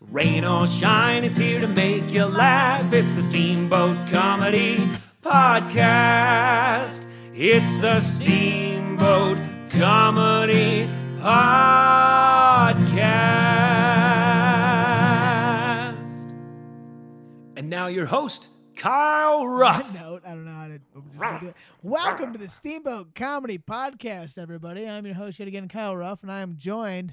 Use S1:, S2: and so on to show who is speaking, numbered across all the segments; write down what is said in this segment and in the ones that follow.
S1: Rain or shine, it's here to make you laugh. It's the Steamboat Comedy Podcast. It's the Steamboat Comedy Podcast. And now your host, Kyle
S2: that
S1: Ruff.
S2: note, I don't know how to. I'm just gonna do it. Welcome to the Steamboat Comedy Podcast, everybody. I'm your host yet again, Kyle Ruff, and I am joined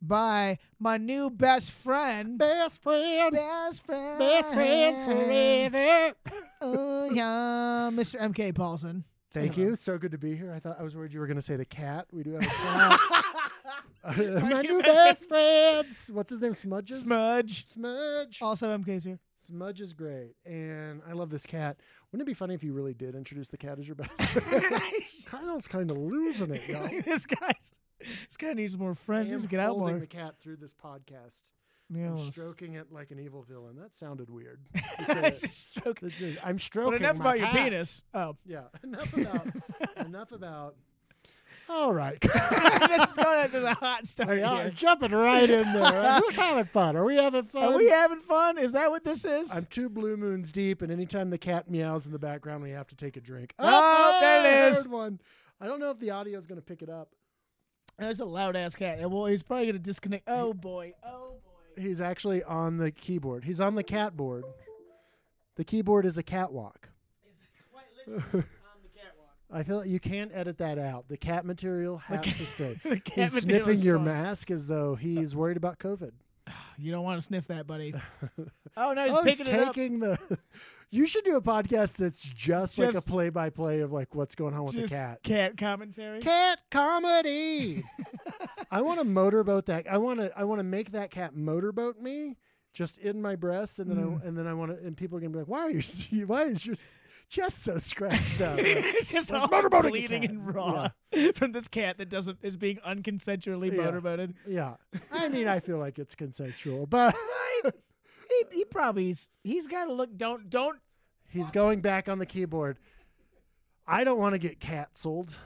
S2: by my new best friend,
S3: Best friend,
S2: best friend,
S3: best friends forever.
S2: Oh yeah, Mr. MK Paulson.
S3: Thank you. So good to be here. I thought I was worried you were going to say the cat. We do have a cat. My new best friends. What's his name? Smudges.
S2: Smudge.
S3: Smudge.
S2: Also, MK's here.
S3: Smudge is great, and I love this cat. Wouldn't it be funny if you really did introduce the cat as your best? friend? Kyle's kind of losing it, y'all.
S2: this guy's. This guy needs more
S3: I
S2: friends. He
S3: am
S2: needs to get out
S3: holding
S2: more.
S3: the cat through this podcast.
S2: Yeah,
S3: I'm
S2: well,
S3: stroking it like an evil villain. That sounded weird. to say
S2: it's
S3: it.
S2: just stroking.
S3: That's just- I'm
S2: But
S3: stroking.
S2: enough
S3: my
S2: about your
S3: cat.
S2: penis. Oh,
S3: Yeah. Enough about. enough about. All right.
S2: this is going to a hot start.
S3: Hey, y'all
S2: here.
S3: are jumping right in there. Who's having fun? Are we having fun?
S2: Are we having fun? Is that what this is?
S3: I'm two blue moons deep, and anytime the cat meows in the background, we have to take a drink.
S2: Oh, there it
S3: I
S2: is.
S3: heard one. I don't know if the audio is going to pick it up.
S2: That's a loud ass cat. And, Well, he's probably gonna disconnect. Oh boy. Oh boy.
S3: He's actually on the keyboard. He's on the cat board. The keyboard is a catwalk.
S2: Quite literally on the catwalk.
S3: I feel you can't edit that out. The cat material has to stay.
S2: The cat
S3: he's
S2: material
S3: sniffing
S2: is
S3: your
S2: fun.
S3: mask as though he's worried about COVID.
S2: You don't want to sniff that, buddy. Oh no, he's
S3: Oh,
S2: picking it up.
S3: taking the. You should do a podcast that's just, like a
S2: Just-
S3: play-by-play of like what's going on with
S2: Just
S3: the cat.
S2: cat commentary.
S3: Cat comedy. I want to motorboat that. I want to. I want to make that cat motorboat me, just in my breast, and then
S2: Mm.
S3: I and then I want to. And people are gonna be like, "Why are you? Why is your chest so scratched up?" Like,
S2: it's just all
S3: motorboating a
S2: bleeding
S3: cat.
S2: and raw from this cat that doesn't is being unconsensually
S3: Yeah.
S2: motorboated.
S3: yeah. I mean, I feel like it's consensual, but
S2: He, he probably is, he's got to look. Don't don't.
S3: he's going back on the keyboard. I don't want to get cat sold.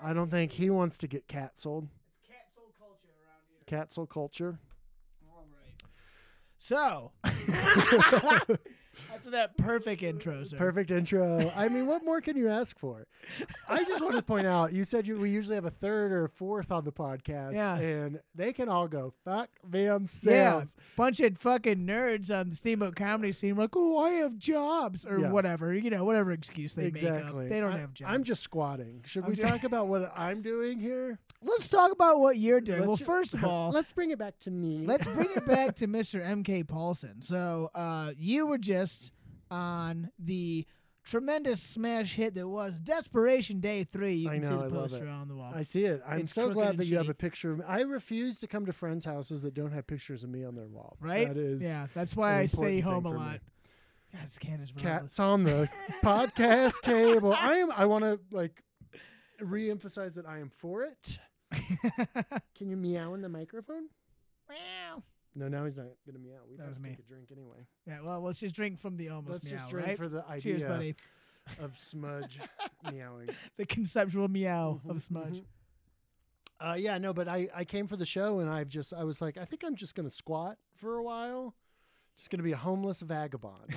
S3: I don't think he wants to get cat sold. Cat sold culture.
S2: So after that perfect intro, sir.
S3: Perfect intro. I mean, what more can you ask for? I just want to point out you said you, we usually have a third or a fourth on the podcast,
S2: Yeah.
S3: and they can all go fuck
S2: Yeah,
S3: themselves.
S2: bunch of fucking nerds on the Steamboat comedy scene were like, "Oh, I have jobs" or
S3: Yeah.
S2: whatever, you know, whatever excuse they make
S3: exactly.
S2: up. They don't
S3: I-
S2: have jobs.
S3: I'm just squatting. Should
S2: I'm
S3: we
S2: ju-
S3: talk about what I'm doing here?
S2: let's talk about what you're doing.
S3: Let's
S2: well,
S3: ju-
S2: first of all,
S3: let's bring it back to me.
S2: let's bring it back to Mr. MK Paulson. So, uh, you were just on the tremendous smash hit that was Desperation Day Three. You
S3: I
S2: can see
S3: know,
S2: the
S3: I love
S2: poster
S3: it.
S2: on the wall.
S3: I see it. I'm
S2: It's
S3: so
S2: crooked
S3: glad
S2: and
S3: that you have
S2: shitty.
S3: a picture of me. I refuse to come to friends' houses that don't have pictures of me on their wall.
S2: right?
S3: That is
S2: yeah, that's why
S3: an
S2: I stay
S3: important
S2: home
S3: thing
S2: a
S3: for me.
S2: lot. God, this cat is relentless.
S3: cats on the podcast table. I am. I want to like reemphasize that I am for it. Can you meow in the microphone?
S2: Meow.
S3: No, now he's not gonna meow. We
S2: That
S3: have
S2: was
S3: to
S2: me.
S3: take a drink anyway.
S2: Yeah, well, let's just drink from the almost
S3: Let's
S2: meow,
S3: just drink
S2: right?
S3: for the idea
S2: Cheers, buddy.
S3: of smudge meowing.
S2: the conceptual meow
S3: Mhm,
S2: of Smudge.
S3: mhm. Uh, yeah, no, but I I came for the show and I've just I was like I think I'm just gonna squat for a while. Just gonna be a homeless vagabond,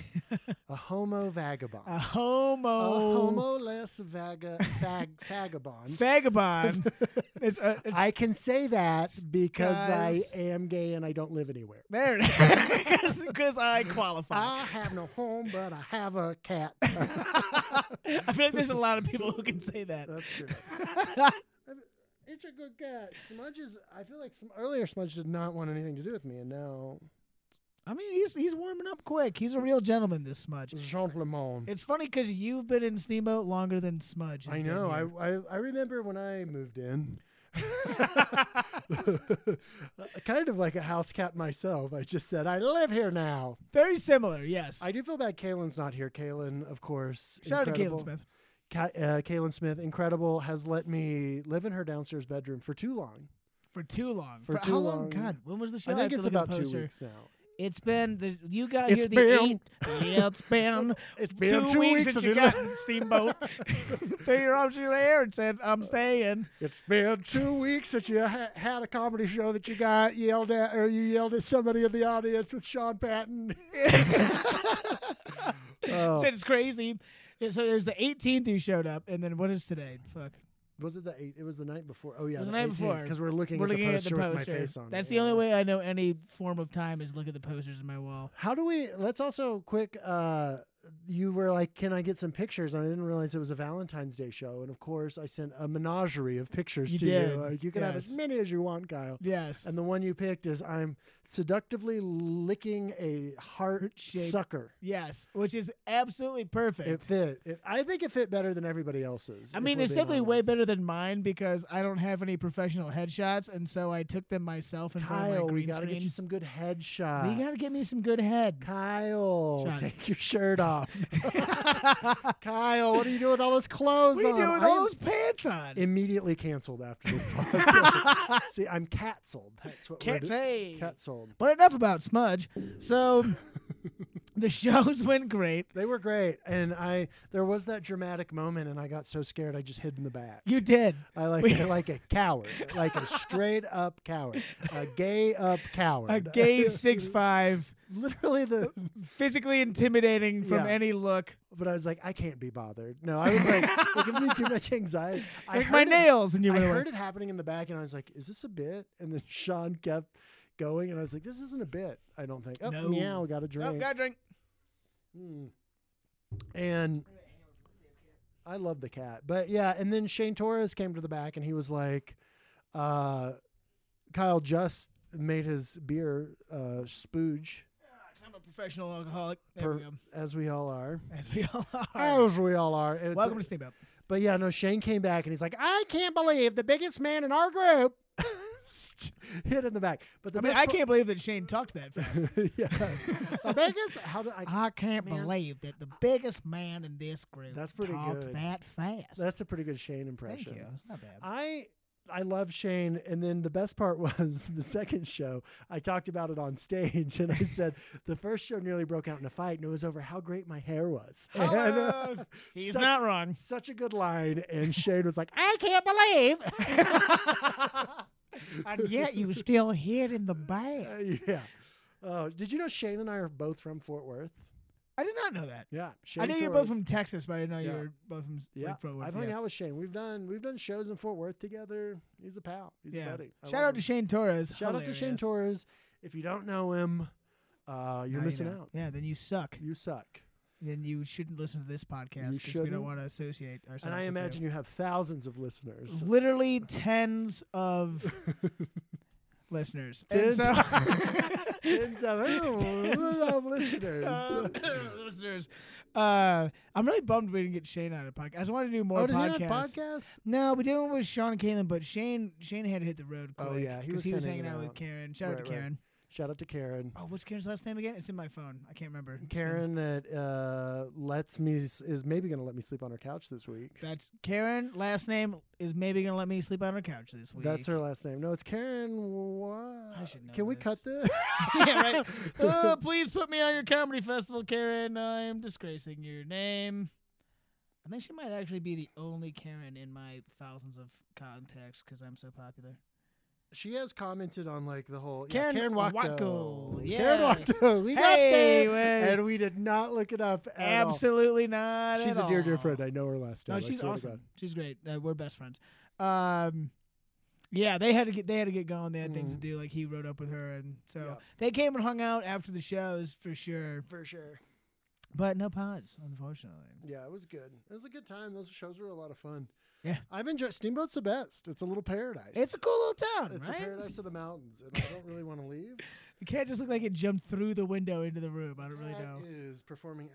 S3: a homo vagabond,
S2: A homo,
S3: a homo-less vaga, fag, vagabond.
S2: vagabond. it's, uh, it's,
S3: I can say that because I
S2: Guys.
S3: am gay and I don't live anywhere.
S2: there it is. Because I qualify.
S3: I have no home, but I have a cat.
S2: I feel like there's a lot of people who can say that.
S3: That's true. It's a good cat. Smudge is. I feel like some earlier Smudge did not want anything to do with me, and now
S2: I mean, he's he's warming up quick. He's a real gentleman, this Smudge.
S3: gentleman.
S2: It's funny because you've been in Steamboat longer than Smudge. has
S3: I
S2: been
S3: know.
S2: here.
S3: I, I I remember when I moved in. kind of like a house cat myself. I just said I live here now.
S2: Very similar, yes.
S3: I do feel bad. Kaylin's not here. Kaylin, of course.
S2: Shout out to
S3: incredible.
S2: Caitlin Smith.
S3: Ka- uh, Kaylin Smith, incredible, has let me live in her downstairs bedroom for too long.
S2: For too long.
S3: For too
S2: how long?
S3: long.
S2: God, when was the show?
S3: I
S2: have
S3: think
S2: to look
S3: it's
S2: at
S3: about
S2: the
S3: two
S2: poster.
S3: weeks now.
S2: It's been the you got
S3: It's
S2: here the
S3: been-
S2: eight. Yeah, it's been
S3: It's been
S2: two,
S3: two
S2: weeks
S3: weeks
S2: since
S3: since
S2: you
S3: you
S2: got in Steamboat. Threw your arms in your hair and said, "I'm staying."
S3: It's been two weeks since you ha- had a comedy show that you got yelled at, or you yelled at somebody in the audience with Sean Patton. Oh,
S2: Said it's crazy. Yeah, So there's the 18th you showed up, and then what is today? Fuck,
S3: was it the eight? It was the night before. Oh yeah,
S2: It was the night before.
S3: because we're looking,
S2: we're
S3: at,
S2: looking
S3: the
S2: at the
S3: poster with
S2: poster.
S3: my face on.
S2: That's
S3: it,
S2: the
S3: yeah.
S2: only way I know any form of time is look at the posters in my wall.
S3: How do we? Let's also quick. uh You were like, "Can I get some pictures?" And I didn't realize it was a Valentine's Day show. And of course, I sent a menagerie of pictures
S2: You
S3: to
S2: did,
S3: you. Like, you can have as
S2: yes.
S3: many as you want, Kyle.
S2: Yes.
S3: And the one you picked is I'm seductively licking a heart
S2: Heart-shaped-
S3: sucker.
S2: Yes, which is absolutely perfect.
S3: It fit. It, I think it fit better than everybody else's.
S2: I
S3: if
S2: mean,
S3: we're
S2: it's
S3: being
S2: definitely way
S3: honest.
S2: better than mine because I don't have any professional headshots, and so I took them myself in front of my
S3: Kyle, we
S2: green
S3: gotta
S2: screen.
S3: get you some good headshots.
S2: we gotta get me some good head.
S3: Kyle,
S2: Shots.
S3: take your shirt off. Kyle, what are you doing with all those clothes
S2: What do you
S3: on?
S2: do with
S3: I
S2: all
S3: am
S2: those pants on?
S3: Immediately canceled after this. podcast. See, I'm catsold. That's what
S2: Can't
S3: we're
S2: say.
S3: Catsold.
S2: But enough about Smudge. So the shows went great.
S3: They were great, and I there was that dramatic moment, and I got so scared I just hid in the back.
S2: You did.
S3: I like
S2: We-
S3: like a coward, like a straight up coward, a gay up coward,
S2: A gay six five,
S3: Literally the,
S2: physically intimidating from
S3: Yeah.
S2: any look.
S3: but I was like, I can't be bothered. No, I was like, it gives me too much anxiety. I
S2: Like my
S3: heard it-
S2: nails, and you
S3: I
S2: went
S3: heard
S2: away.
S3: it happening in the back, and I was like, "Is this a bit?" And then Sean kept going, and I was like, "This isn't a bit. I don't think." Oh,
S2: No.
S3: meow, got a
S2: Oh,
S3: drink.
S2: got a drink.
S3: Mm. And I love the cat. But yeah, and then Shane Torres came to the back and he was like, uh, Kyle just made his beer uh, spooge,
S2: I'm a professional alcoholic. There we
S3: per-
S2: go.
S3: as we all are.
S2: As we all are.
S3: As we all are. It's-
S2: Welcome to Steam Up.
S3: but yeah, no, Shane came back and he's like, I can't believe the biggest man in our group hit in the back. But the
S2: I mean,
S3: best
S2: I
S3: pa-
S2: can't believe that Shane talked that fast.
S3: yeah. the biggest. How did I?
S2: I can't
S3: Man.
S2: believe that the biggest man in this group
S3: That's pretty
S2: talked
S3: good.
S2: that fast.
S3: That's a pretty good Shane
S2: Thank
S3: impression.
S2: you. It's not bad.
S3: I I love Shane, and then the best part was the second show. I talked about it on stage, and I said the first show nearly broke out in a fight, and it was over how great my hair was. And, uh,
S2: Hello. He's
S3: such-
S2: not wrong.
S3: such a good line, and Shane was like, "I can't believe."
S2: And yet you still hit in the
S3: Uh,
S2: bag.
S3: yeah. Oh, did you know Shane and I are both from Fort Worth?
S2: I did not know that.
S3: Yeah, Shane
S2: I knew you were
S3: Torres.
S2: both from Texas, but I didn't know
S3: Yeah.
S2: you were both from
S3: Yeah,
S2: like, Fort Worth.
S3: I've hung
S2: yeah.
S3: out with Shane. We've done we've done shows in Fort Worth together. He's a pal. He's
S2: Yeah.
S3: a buddy. I
S2: Shout
S3: love
S2: out
S3: him.
S2: to Shane Torres.
S3: Shout out to Shane
S2: Hilarious.
S3: Torres. If you don't know him, uh, you're
S2: Now you
S3: missing
S2: know.
S3: out.
S2: Yeah, then you suck.
S3: You suck.
S2: Then you shouldn't listen to this podcast because we
S3: shouldn't.
S2: don't want to associate ourselves.
S3: and I
S2: with you.
S3: imagine you. have thousands of listeners.
S2: literally tens of listeners. And
S3: Tens-
S2: so-
S3: Tens of,
S2: Tens
S3: of listeners.
S2: Uh, listeners, uh, I'm really bummed we didn't get Shane on a podcast. I just wanted to do more
S3: oh, did
S2: podcasts.
S3: he have a podcast?
S2: No, we did one with Sean and Caitlin, but Shane Shane had to hit the road.
S3: Oh,
S2: quick
S3: yeah, he
S2: 'cause
S3: was
S2: he was
S3: kinda
S2: hanging out
S3: hanging
S2: with
S3: out.
S2: Karen. Shout out
S3: Right,
S2: to
S3: right.
S2: Karen.
S3: Shout out to Karen.
S2: Oh, what's Karen's last name again? It's in my phone. I can't remember. It's been-
S3: Karen that uh, lets me s- is maybe going to let me sleep on her couch this week.
S2: That's Karen. Last name is maybe gonna let me sleep on her couch this week.
S3: That's her last name. No, it's Karen. What?
S2: I should know
S3: Can we
S2: this.
S3: cut this?
S2: yeah, right. Uh, please put me on your comedy festival, Karen. I am disgracing your name. I think she might actually be the only Karen in my thousands of contacts because I'm so popular.
S3: She has commented on like the whole
S2: Karen
S3: yeah, Karen Wachtel.
S2: Wachtel,
S3: Karen
S2: yes.
S3: Wachtel. We got
S2: Hey,
S3: there,
S2: well,
S3: and we did not look it up. At
S2: Absolutely not.
S3: all. she's
S2: at
S3: a dear, dear
S2: all.
S3: friend. I know her last name.
S2: No,
S3: I
S2: she's
S3: swear to
S2: awesome.
S3: God.
S2: She's great. Uh, we're best friends. Um, yeah, they had to get they had to get going. They had things to
S3: Mhm.
S2: do. Like he rode up with her, and so
S3: Yeah.
S2: they came and hung out after the shows for sure.
S3: For sure.
S2: But no pods, unfortunately.
S3: Yeah, it was good. It was a good time. Those shows were a lot of fun.
S2: Yeah.
S3: I've enjoyed Steamboat's the best. It's a little paradise.
S2: It's a cool little town,
S3: it's
S2: right?
S3: a paradise of the mountains, and I don't really want to leave.
S2: The cat just looked like it jumped through the window into the room. I don't really
S3: Cat
S2: know.
S3: Is performing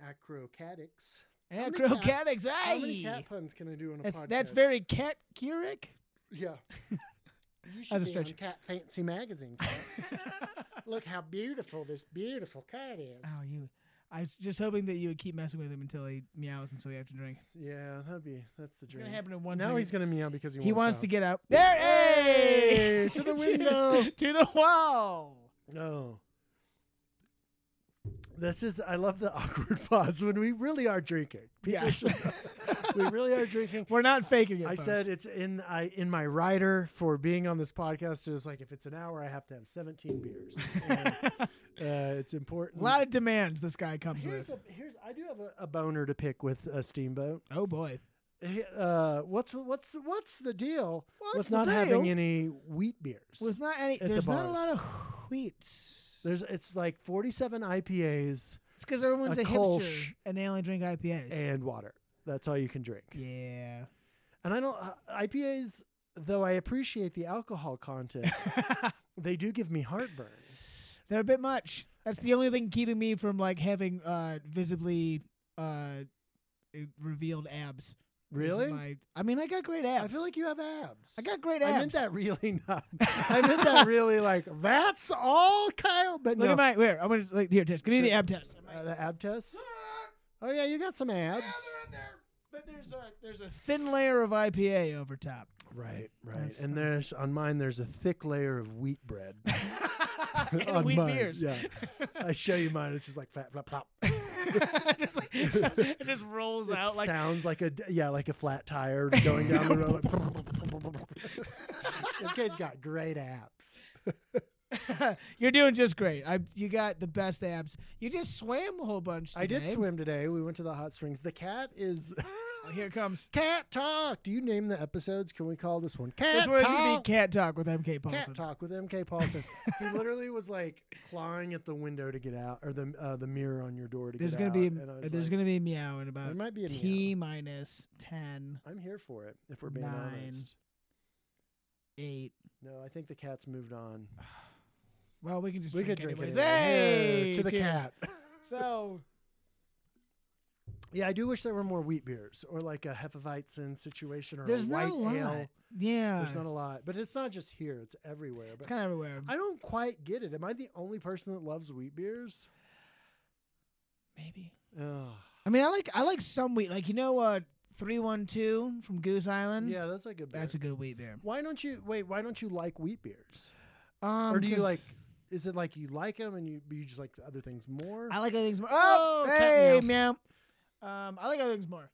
S3: acrobatics.
S2: Yeah,
S3: many
S2: acrobatics.
S3: How many
S2: Aye.
S3: cat puns can I do on a
S2: That's
S3: podcast?
S2: that's very cat curic.
S3: Yeah. You
S2: As
S3: should
S2: a
S3: be on
S2: stretch.
S3: Cat Fancy Magazine. Kat. Look how beautiful this beautiful cat is.
S2: Oh, you. I was just hoping that you would keep messing with him until he meows, and so we have to drink.
S3: Yeah, that'd be that's the
S2: It's
S3: dream.
S2: gonna happen in one
S3: now
S2: second.
S3: he's gonna meow because he,
S2: he wants
S3: wants,
S2: to get out. There, hey!
S3: Hey, to the
S2: Cheers.
S3: window.
S2: to the wall.
S3: No. Oh. This is I love the awkward pause when we really are drinking. People
S2: Yes.
S3: should know. we really are drinking.
S2: We're not faking it.
S3: I
S2: folks.
S3: said it's in I in my rider for being on this podcast is like if it's an hour I have to have 17 beers. And, uh, it's important.
S2: a lot of demands this guy comes
S3: here's,
S2: with.
S3: a, here's I do have a, a boner to pick with a steamboat.
S2: oh boy.
S3: Hey, Uh, what's what's what's the deal
S2: What's
S3: with
S2: the
S3: not having
S2: deal?
S3: any wheat beers?
S2: Was not any.
S3: the
S2: There's not a
S3: bars.
S2: lot of wheats.
S3: There's it's like 47 IPAs
S2: It's because everyone's
S3: a
S2: a,
S3: Kolsch.
S2: hipster and they only drink IPAs.
S3: and water. That's all you can drink.
S2: yeah.
S3: And I don't uh, IPAs though I appreciate the alcohol content. they do give me heartburn.
S2: They're a bit much. That's the only thing keeping me from like having uh visibly uh revealed abs. Is
S3: Really?
S2: my- I mean, I got great abs.
S3: I feel like you have abs.
S2: I got great abs.
S3: I meant that really not. I meant that really like that's all Kyle. But
S2: Look
S3: no,
S2: at my where I'm gonna like here test. Give me the
S3: Sure.
S2: ab test. I might-
S3: uh, the ab test. Oh yeah, you got some
S2: Yeah,
S3: abs.
S2: they're in there, but there's a there's a thin layer of IPA over top.
S3: Right, right.
S2: That's
S3: and
S2: not-
S3: there's on mine. There's a thick layer of wheat bread.
S2: and
S3: On
S2: wheat
S3: mine,
S2: beers.
S3: Yeah. I show you mine. It's just like fat, flop, flop.
S2: just like, it just rolls
S3: It
S2: out like
S3: sounds like a d- yeah, like a flat tire going down the road. like- the kid's got great abs.
S2: You're doing just great. I you got the best abs. You just swam a whole bunch. Today.
S3: I did swim today. We went to the hot springs. The cat is.
S2: Oh, Here it comes.
S3: Cat Talk. Do you name the episodes? Can we call this one Cat
S2: This one's gonna
S3: Talk?
S2: be cat talk with MK
S3: Cat
S2: Paulson.
S3: Talk with MK Paulson. he literally was like clawing at the window to get out, or the uh, the mirror on your door to
S2: There's
S3: get
S2: gonna
S3: out.
S2: be
S3: and I
S2: a,
S3: was
S2: there's
S3: like,
S2: gonna be a meow in
S3: there
S2: about
S3: might be a
S2: t
S3: meow.
S2: minus 10,
S3: I'm here for it. If we're being
S2: Nine.
S3: honest,
S2: 8.
S3: no, I think the cat's moved on.
S2: Well, we can just
S3: we
S2: drink
S3: could drink
S2: anyways.
S3: it anyway.
S2: Hey,
S3: Here, to the
S2: cheers.
S3: cat.
S2: So
S3: Yeah, I do wish there were more wheat beers or like a Hefeweizen situation or
S2: there's
S3: a
S2: not
S3: white
S2: a lot.
S3: ale.
S2: Yeah,
S3: There's not a lot, but it's not just here; it's everywhere.
S2: it's
S3: But
S2: kind of everywhere.
S3: I don't quite get it. Am I the only person that loves wheat beers?
S2: Maybe.
S3: Ugh.
S2: I mean, I like I like some wheat. Like you know, uh, three one two from Goose Island.
S3: Yeah, that's a good. Beer.
S2: that's a good wheat there.
S3: Why don't you wait? Why don't you like wheat beers?
S2: Um,
S3: or do you
S2: 'cause
S3: like? Is it like you like them and you you just like the other things more?
S2: I like other things more.
S3: Oh,
S2: Oh,
S3: cat
S2: hey, meow. Um, I like other things more.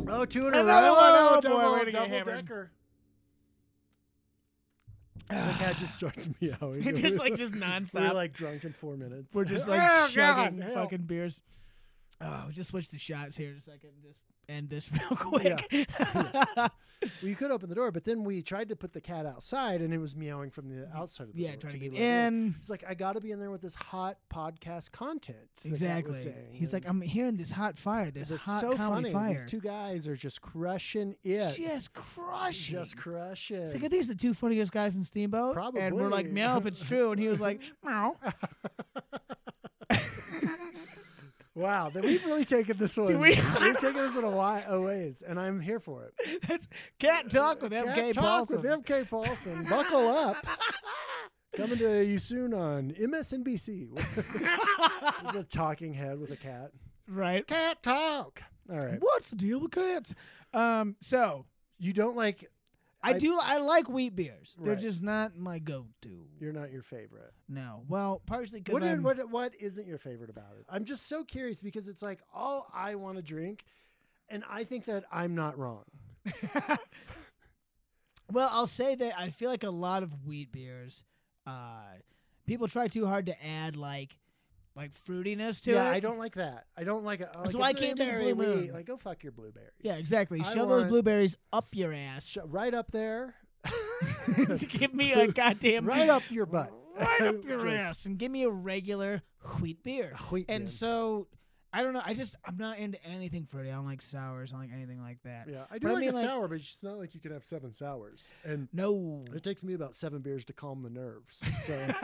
S3: oh, two in
S2: Another one.
S3: row. Oh,
S2: Oh, boy,
S3: double,
S2: we're gonna get
S3: double
S2: hammered.
S3: decker. the cat just starts meowing.
S2: just like just nonstop.
S3: We're like drunk in four minutes.
S2: We're just like
S3: Oh, God,
S2: chugging
S3: hell.
S2: fucking beers. Oh, we just switch the shots here in a second. and Just end this real quick. Yeah,
S3: Well, you could open the door, but then we tried to put the cat outside, and it was meowing from the outside of the door.
S2: trying to
S3: be
S2: get
S3: let
S2: in.
S3: It's like I got to be in there with this hot podcast content. the cat was
S2: Exactly.
S3: saying,
S2: He's
S3: and-
S2: like, I'm hearing this hot fire. This
S3: Because it's
S2: hot
S3: so
S2: comedy
S3: funny.
S2: fire.
S3: These two guys are just crushing it.
S2: just crushing.
S3: Just crushing.
S2: It's like, are these the two funniest guys in Steamboat? And we're like,
S3: Probably.
S2: meow if it's true. And he was like, meow.
S3: wow, that we've really taken this one.
S2: we-
S3: have taken this one a, wi- a ways, and I'm here for it.
S2: That's cat talk with
S3: Cat
S2: MK
S3: Talk
S2: Paulson.
S3: with MK Paulson. Buckle up. Coming to you soon on MSNBC. There's a talking head with a cat.
S2: Right.
S3: Cat talk. All right.
S2: What's the deal with cats? Um, so
S3: You don't like.
S2: I,
S3: I-
S2: do I like wheat beers. They're
S3: Right.
S2: just not my go-to.
S3: You're not your favorite.
S2: No. Well, partially because
S3: What, i-
S2: I'm
S3: what what isn't your favorite about it? I'm just so curious because it's like all I want to drink, and I think that I'm not wrong.
S2: Well, I'll say that I feel like a lot of wheat beers uh people try too hard to add like like fruitiness to
S3: yeah,
S2: it.
S3: I don't like that. I don't like it. oh,
S2: So
S3: like
S2: I
S3: a
S2: can't do the
S3: blueberry
S2: Blue
S3: wheat.
S2: Moon.
S3: Like go fuck your blueberries.
S2: Yeah, exactly.
S3: I
S2: Shove those
S3: want-
S2: blueberries up your ass.
S3: Sh- Right up there.
S2: give me a goddamn
S3: right up your butt.
S2: right up your
S3: Just-
S2: ass and give me a regular wheat beer.
S3: Wheat
S2: and
S3: beer.
S2: so I don't know. I just I'm not into anything fruity. I don't like sours. I don't like anything like that.
S3: Yeah, I do
S2: I
S3: like
S2: mean,
S3: a
S2: like-
S3: sour, but it's not like you can have seven sours, and
S2: No.
S3: it takes me about seven beers to calm the nerves. So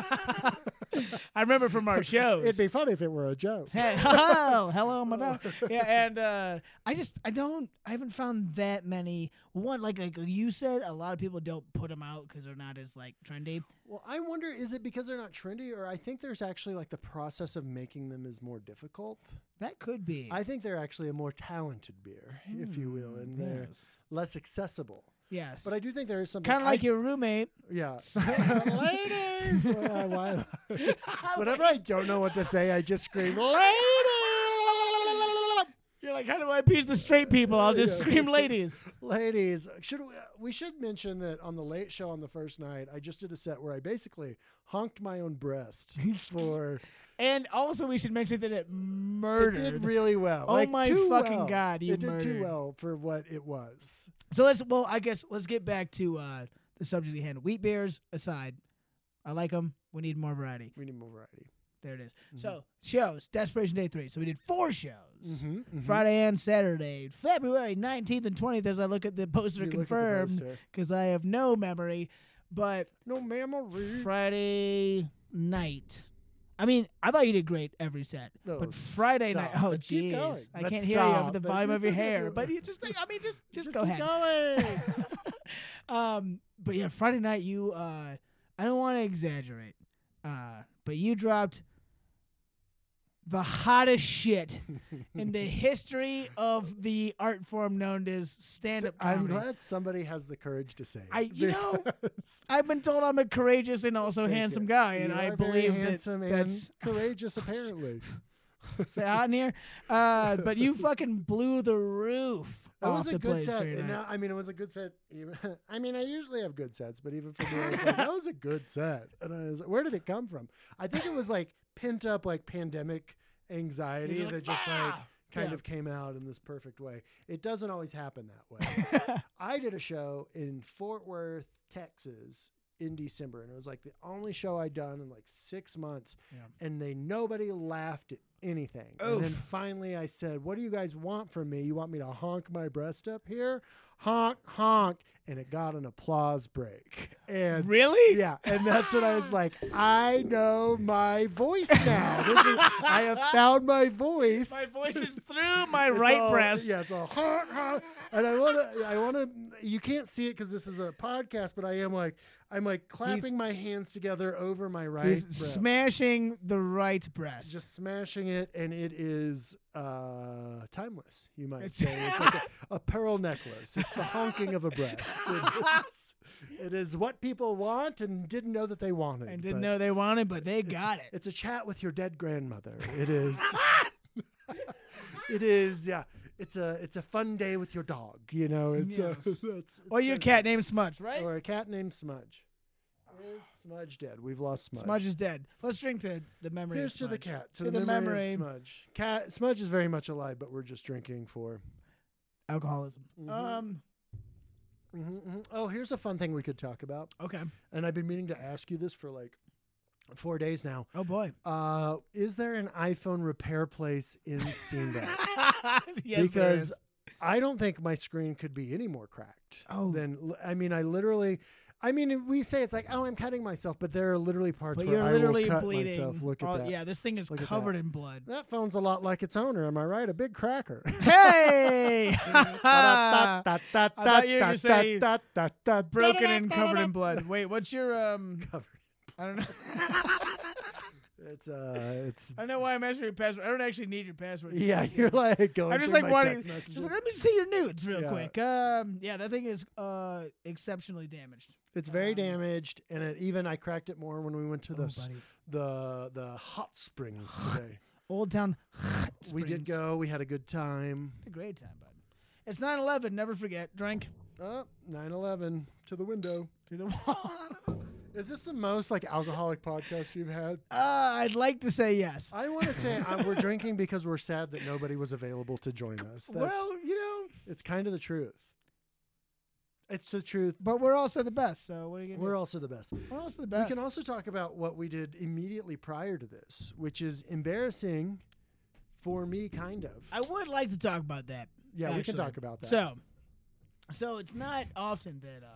S2: I remember from our shows.
S3: it'd be funny if it were a joke.
S2: Hey, hello, hello, my dog. Yeah, and uh, I just I don't I haven't found that many. One like like you said, a lot of people don't put them out because they're not as like trendy.
S3: Well, I wonder is it because they're not trendy, or I think there's actually like the process of making them is more difficult.
S2: That could be.
S3: I think they're actually a more talented beer, if you will, and they're
S2: Hmm, Yes.
S3: less accessible.
S2: Yes.
S3: But I do think there is something
S2: kind of like
S3: I,
S2: your roommate.
S3: Yeah.
S2: Ladies.
S3: Well, I- why- Whenever I don't know what to say, I just scream, "Lady!"
S2: You're like, how do I appease the straight people? I'll just
S3: Yeah.
S2: scream, ladies.
S3: Ladies, should we, uh, we should mention that on the late show on the first night, I just did a set where I basically honked my own breast for
S2: And also, we should mention that it
S3: it
S2: murdered.
S3: did really well.
S2: Oh
S3: like,
S2: my
S3: too
S2: fucking
S3: well.
S2: God, you
S3: it did
S2: murdered.
S3: too well for what it was.
S2: so let's. Well, I guess let's get back to uh, the subject at hand. Wheat bears aside, I like them. We need more variety.
S3: We need more variety.
S2: There it is.
S3: Mm-hmm.
S2: So shows, Desperation Day three. So we did four shows. Mm-hmm,
S3: Mhm, mhm.
S2: Friday and Saturday, February 19th and 20th, as I look at the poster
S3: You look at the
S2: confirmed,
S3: poster.
S2: because I have no memory. But
S3: No memory.
S2: Friday night. I mean, I thought you did great every set,
S3: No,
S2: but Friday night.
S3: stop.
S2: Oh,
S3: But keep going.
S2: jeez, I
S3: But
S2: can't hear you over
S3: stop.
S2: the
S3: But
S2: volume
S3: it's
S2: of your
S3: okay.
S2: hair. But you just, I mean, just, just, go
S3: keep
S2: ahead.
S3: going.
S2: um, but yeah, Friday night you. Uh, I don't want to exaggerate, uh, but you dropped the hottest shit in the history of the art form known as stand-up comedy.
S3: I'm glad somebody has the courage to say. it,
S2: I- you know,
S3: because
S2: I've been told I'm a courageous and also
S3: Thank you.
S2: handsome guy, and
S3: you
S2: I
S3: are very
S2: believe that
S3: handsome and
S2: that's
S3: courageous. Apparently,
S2: say out in here. Uh, but you fucking blew the roof
S3: that
S2: off
S3: was a
S2: the
S3: good
S2: place
S3: set.
S2: for your
S3: And
S2: night.
S3: now, I mean, it was a good set. Even, I mean, I usually have good sets, but even for me, I was like, that was a good set. And I was like, where did it come from? I think it was like pent up, like pandemic anxiety
S2: You're
S3: that
S2: just like,
S3: just like
S2: "Ah!"
S3: kind
S2: Yeah.
S3: of came out in this perfect way. It doesn't always happen that way. I did a show in Fort Worth, Texas in December, and it was like the only show I'd done in like six months,
S2: Yeah.
S3: and they nobody laughed at anything. And then
S2: Oof.
S3: finally I said, What do you guys want from me? You want me to honk my breast up here? Honk, honk. And it got an applause break. And
S2: Really?
S3: yeah, and that's when I was like, I know my voice now. This is, I have found my voice.
S2: My voice is through my
S3: It's
S2: right
S3: all-
S2: breast.
S3: Yeah, it's all honk, honk. and I want to. I want to. You can't see it because this is a podcast, but I am like, I'm like clapping
S2: He's-
S3: my hands together over my right.
S2: He's
S3: breast.
S2: smashing the right breast.
S3: just smashing it, and it is uh, timeless. You might
S2: It's-
S3: say it's like a, a pearl necklace. It's the honking of a breast. It is, it is what people want and didn't know that they wanted.
S2: and didn't
S3: but
S2: know they wanted, but they got it.
S3: It's a chat with your dead grandmother. It is. it is. Yeah. It's a it's a fun day with your dog. You know. It's a,
S2: Yes.
S3: that's-
S2: Or your cat named Smudge, right?
S3: or a cat named Smudge. Is Smudge dead? We've lost Smudge.
S2: Smudge is dead. Let's drink to the memory. of
S3: Here's to the
S2: Smudge.
S3: cat.
S2: To, the, memory.
S3: of Smudge. Cat Smudge is very much alive, but we're just drinking for.
S2: Alcoholism.
S3: Mm-hmm.
S2: Um.
S3: Mhm, mhm. Oh, here's a fun thing we could talk about,
S2: Okay.
S3: and I've been meaning to ask you this for like four days now.
S2: Oh boy.
S3: Uh, is there an iPhone repair place in Steamboat?
S2: yes. there
S3: because
S2: is.
S3: I don't think my screen could be any more cracked.
S2: Oh.
S3: than I mean, I literally, I mean, we say it's like, oh, I'm cutting myself, but there are literally parts
S2: But
S3: where
S2: you're
S3: I
S2: literally
S3: will cut
S2: bleeding.
S3: myself. Look at
S2: Oh,
S3: that.
S2: Yeah, this thing is
S3: Look at
S2: covered in blood.
S3: That phone's a lot like its owner. Am I right? A big cracker.
S2: Hey! thought you were gonna say Broken
S3: Broken
S2: and covered in blood. Wait, what's your um?
S3: Covered.
S2: I don't know.
S3: It's uh, it's
S2: I don't know why I'm asking your password. I don't actually need your password.
S3: yeah. You're like going.
S2: I'm just
S3: through
S2: like
S3: my
S2: wanting.
S3: text
S2: Just
S3: messages.
S2: like, let me see your nudes real
S3: Yeah.
S2: quick. Um, yeah, that thing is uh exceptionally damaged.
S3: It's very
S2: Um,
S3: damaged, and it even I cracked it more when we went to the
S2: Oh,
S3: s-
S2: buddy.
S3: the the hot springs today.
S2: Old Town.
S3: We
S2: Springs.
S3: did go. We had a good time.
S2: Had A great time, bud. It's 9/11. Never forget. Drink
S3: Oh, 9-11 to the window.
S2: through the wall. uh,
S3: Is this the most like alcoholic podcast you've had?
S2: I'd like to say yes.
S3: I want to say uh, we're drinking because we're sad that nobody was available to join us. That's,
S2: well, you know,
S3: it's kind of the truth. It's the truth.
S2: but we're also the best. So what are you gonna
S3: We're also the best.
S2: do? We're also the
S3: We
S2: best.
S3: can also talk about what we did immediately prior to this, which is embarrassing for me, kind of.
S2: I would like to talk about that.
S3: yeah, we can
S2: actually.
S3: talk about that.
S2: So, so it's not often that uh,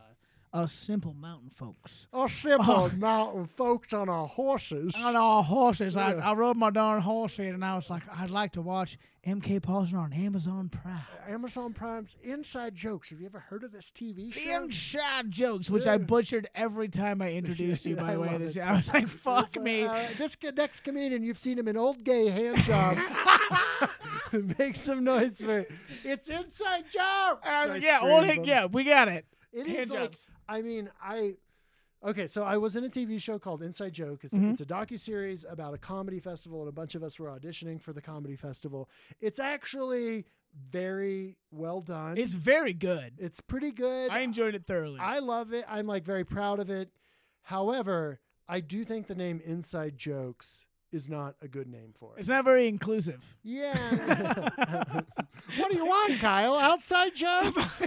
S2: us simple mountain folks
S3: our ship
S2: Oh.
S3: on mountain folks on our horses.
S2: on our horses. I,
S3: Yeah.
S2: I rode my darn horse here, and I was like, I'd like to watch MK Paulson on Amazon Prime.
S3: Amazon Prime's Inside Jokes. Have you ever heard of this TV show?
S2: The Inside jokes, which I
S3: Yeah.
S2: butchered every time I introduced you.
S3: Yeah,
S2: By
S3: I
S2: the way,
S3: love
S2: this
S3: it.
S2: year. I was like, "Fuck
S3: It's like,
S2: me."
S3: uh, this co- next comedian, you've seen him in Old Gay Hand Job. Make some noise for It's Inside Jokes.
S2: Uh,
S3: I
S2: yeah,
S3: screamed
S2: old
S3: them.
S2: yeah, we got it.
S3: It is
S2: Hand
S3: like
S2: jobs.
S3: I mean, I okay. So I was in a TV show called Inside Joke. It's,
S2: Mm-hmm.
S3: it's a docu series about a comedy festival, and a bunch of us were auditioning for the comedy festival. It's actually very well done.
S2: It's very good.
S3: It's pretty good.
S2: I enjoyed it thoroughly.
S3: I love it. I'm like very proud of it. However, I do think the name Inside Jokes is not a good name for it.
S2: it's not very inclusive.
S3: Yeah. what do you want, Kyle? Outside jokes?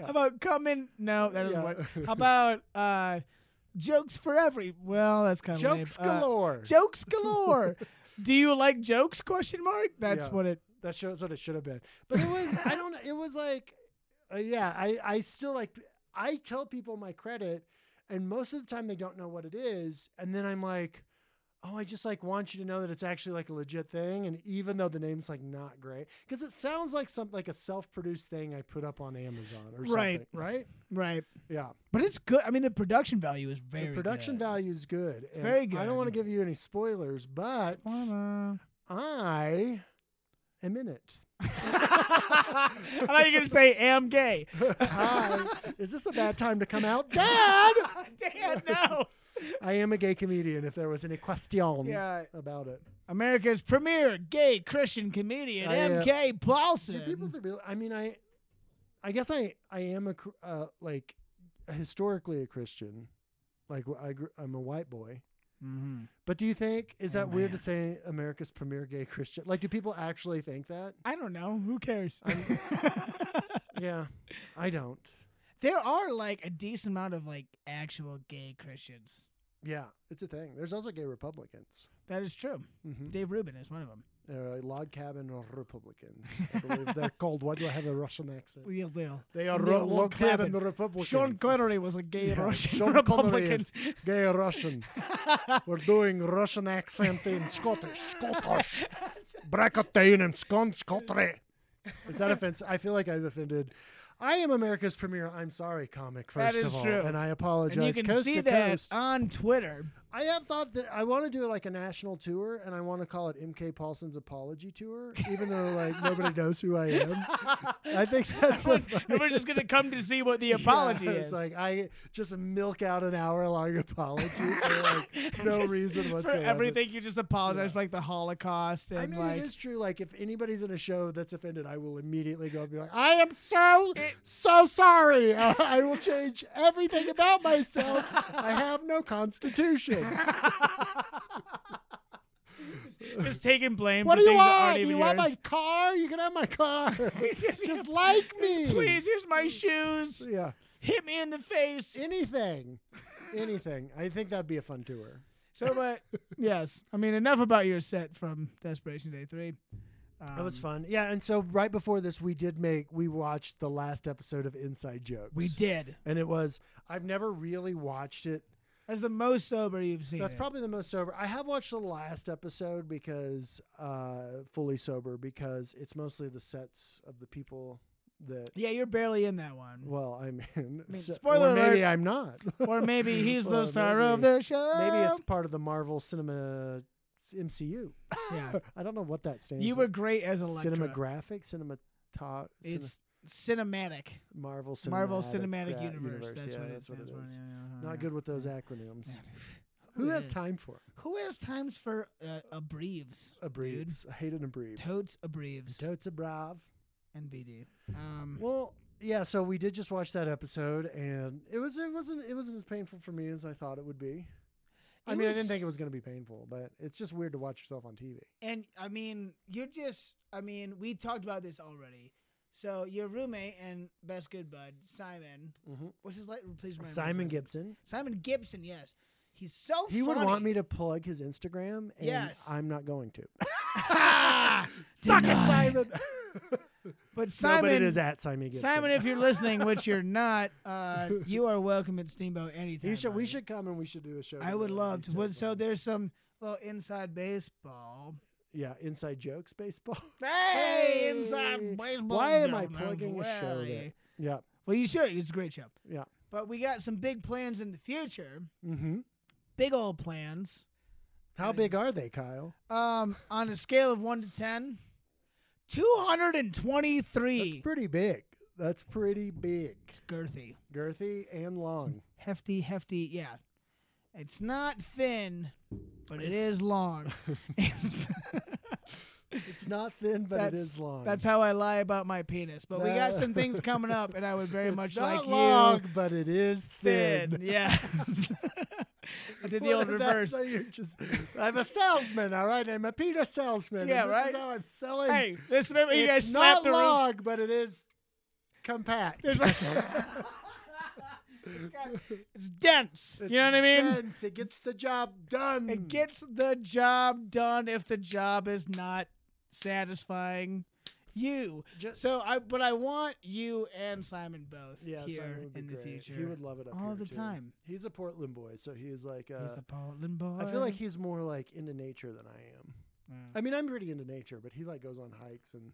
S2: How about coming? No, that doesn't
S3: Yeah.
S2: work. How about uh, jokes for every? Well, that's kind of
S3: jokes
S2: lame. Uh,
S3: galore.
S2: jokes galore. Do you like jokes? Question mark. That's
S3: Yeah.
S2: what it.
S3: That shows what it should have been. But it was I don't it was like uh, yeah, I I still like I tell people my credit and most of the time they don't know what it is and then I'm like Oh, I just like want you to know that it's actually like a legit thing, and even though the name's like not great, because it sounds like some like a self-produced thing I put up on Amazon or
S2: Right.
S3: something, right?
S2: Right.
S3: Yeah,
S2: But it's good. I mean, the production value is very.
S3: the production
S2: good.
S3: value is good. and
S2: very
S3: I
S2: good.
S3: don't want to give you any spoilers, but
S2: Spoiler.
S3: I am in it.
S2: I thought you were gonna say am gay.
S3: Hi. Is this a bad time to come out? Dad!
S2: Dad, no.
S3: I am a gay comedian if there was any question
S2: Yeah.
S3: about it.
S2: America's premier gay Christian comedian,
S3: I, uh,
S2: MK
S3: Do
S2: Paulson.
S3: people think real- I mean, I I guess I, I am a, cr- uh, like, historically a Christian. Like, wh- I gr- I'm a white boy.
S2: mm-hmm.
S3: But do you think, is
S2: Oh,
S3: that weird
S2: man.
S3: to say America's premier gay Christian? Like, do people actually think that?
S2: I don't know. Who cares?
S3: Yeah, I don't.
S2: there are like a decent amount of like actual gay Christians.
S3: Yeah, it's a thing. There's also gay Republicans.
S2: That is true.
S3: Mm-hmm.
S2: Dave Rubin is one of them.
S3: They're like log cabin Republicans. I believe they're called. Why do I have a Russian accent?
S2: Real deal.
S3: They
S2: are Log Cabin
S3: Republicans.
S2: Sean Connery was a gay
S3: Yeah,
S2: Russian
S3: Sean Connery
S2: Republican.
S3: is gay Russian. We're doing Russian accent in Scottish. Scottish. Brackettain and Scon Scottry. Is that offensive? I feel like I've offended. I am America's premier. I'm sorry, comic.
S2: That
S3: First
S2: is
S3: of all,
S2: true.
S3: and I
S2: and you
S3: apologize.
S2: can
S3: coast
S2: see
S3: to
S2: that
S3: coast.
S2: on Twitter.
S3: I have thought that I want to do like a national tour, and I want to call it MK Paulson's apology tour, even though like nobody knows who I am. I think that's the
S2: And we're just
S3: funniest-
S2: gonna come to see what the apology
S3: Yeah,
S2: is.
S3: It's like I just milk out an hour long apology for like no
S2: Just
S3: reason
S2: for
S3: whatsoever.
S2: everything, you just apologize
S3: Yeah.
S2: for like the Holocaust and
S3: I mean,
S2: like
S3: it is true. Like, if anybody's in a show that's offended, I will immediately go and be like, "I am so so sorry. Uh, I will change everything about myself. I have no constitution."
S2: just taking blame.
S3: What
S2: for
S3: do you
S2: things that aren't
S3: want? You
S2: even
S3: want
S2: yours.
S3: my car? You can have my car.
S2: Just-
S3: just, like me.
S2: Please, here's my shoes.
S3: Yeah.
S2: Hit me in the face.
S3: Anything. Anything. I think that'd be a fun tour.
S2: so, but yes, I mean, enough about your set from Desperation Day Three. Um,
S3: That was fun. Yeah, and so right before this we did make we watched the last episode of Inside Jokes.
S2: We did.
S3: And it was I've never really watched it.
S2: That's the most sober you've seen.
S3: That's
S2: it.
S3: probably the most sober. I have watched the last episode because uh fully sober because it's mostly the sets of the people that
S2: Yeah, you're barely in that one.
S3: well, I mean,
S2: Mm. mean,
S3: so-
S2: spoiler
S3: or maybe
S2: alert.
S3: I'm not.
S2: Or maybe he's the
S3: Well,
S2: star of
S3: maybe-
S2: the show.
S3: Maybe it's
S2: Um,
S3: part of the Marvel Cinema MCU.
S2: Yeah.
S3: I don't know what that stands.
S2: You
S3: for.
S2: were great as Electra.
S3: cinematographic, cinematog.
S2: It's cinematic.
S3: cine- Marvel Cinematic
S2: Marvel Cinematic
S3: gra-
S2: Universe. That's
S3: yeah,
S2: what it
S3: that's what
S2: stands
S3: it
S2: for.
S3: is.
S2: Yeah, yeah, yeah.
S3: Not good with those acronyms.
S2: uh-huh. Yeah.
S3: Who has
S2: is?
S3: time for
S2: Who has times for uh, abreves?
S3: abreves? I hate an abreve.
S2: Dude. Totes abreves.
S3: Totes abrav.
S2: NBD. Um,
S3: Well, yeah. So we did just watch that episode, and it was it wasn't it wasn't as painful for me as I thought it would be. I
S2: It
S3: mean, I
S2: was-
S3: didn't think it was going to be painful, but it's just weird to watch yourself on TV.
S2: and I mean, you're just. I mean, we talked about this already. So your roommate and best good bud Simon,
S3: Mm-hmm.
S2: what's his like? Please remember. his
S3: Simon
S2: last-
S3: Gibson.
S2: Simon Gibson. Yes, he's so.
S3: He would want
S2: funny.
S3: me to plug his Instagram, and
S2: Yes.
S3: I'm not going to.
S2: Suck it,
S3: Denied.
S2: Simon. But
S3: No,
S2: Simon
S3: but it is at Simon Gibson.
S2: Simon, if you're listening, which you're not, uh, you are welcome at Steamboat anytime.
S3: he should, we
S2: buddy.
S3: should come and we should do a show.
S2: I would
S3: together.
S2: love
S3: That'd
S2: to.
S3: be
S2: What-
S3: so
S2: so
S3: fun.
S2: there's some little inside baseball.
S3: yeah, inside jokes baseball.
S2: Hey,
S3: Hey!
S2: inside baseball.
S3: Why am I
S2: down there.
S3: plugging a show
S2: Well,
S3: that-
S2: yeah.
S3: yeah.
S2: Well, you should. It's a great show.
S3: Yeah.
S2: But we got some big plans in the future.
S3: Mm-hmm.
S2: Big old plans.
S3: How big are they, Kyle?
S2: Um, on a scale of one to ten, two hundred and
S3: That's
S2: twenty-three.
S3: pretty big. That's pretty big,
S2: It's girthy.
S3: girthy and long.
S2: hefty, hefty. Yeah, it's not thin, but it's,
S3: It's-
S2: long.
S3: It's not thin, but it is long.
S2: That's how I lie about my penis. But we got
S3: No.
S2: some things coming up, and I would very
S3: it's
S2: much
S3: not
S2: like
S3: long,
S2: you.
S3: but it is thin.
S2: Thin, yeah. I did the
S3: Well,
S2: old
S3: that's
S2: reverse.
S3: how you're just- I'm a salesman, all right. I'm a penis salesman.
S2: Yeah,
S3: and this
S2: right?
S3: Is how I'm selling.
S2: Hey, this remember you guys
S3: it's
S2: slapped the
S3: not
S2: roof.
S3: long, but it is compact.
S2: There's like- It's dense.
S3: It's
S2: you know what I mean?
S3: dense, It gets the job done.
S2: It gets the job done if the job is not satisfying you.
S3: Just-
S2: so I but I want you and Simon both
S3: yeah,
S2: here
S3: Simon would be
S2: in the
S3: great.
S2: future.
S3: He would love it up
S2: all
S3: here,
S2: the
S3: too.
S2: time.
S3: He's a Portland boy, so he's like. Uh,
S2: He's a Portland boy.
S3: I feel like he's more like into nature than I am.
S2: Mm.
S3: I mean, I'm pretty into nature, but he like goes on hikes and